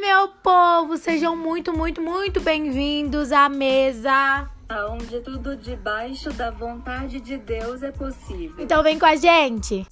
meu povo! Sejam muito, muito, muito bem-vindos à mesa. Onde tudo debaixo da vontade de Deus é possível. Então vem com a gente.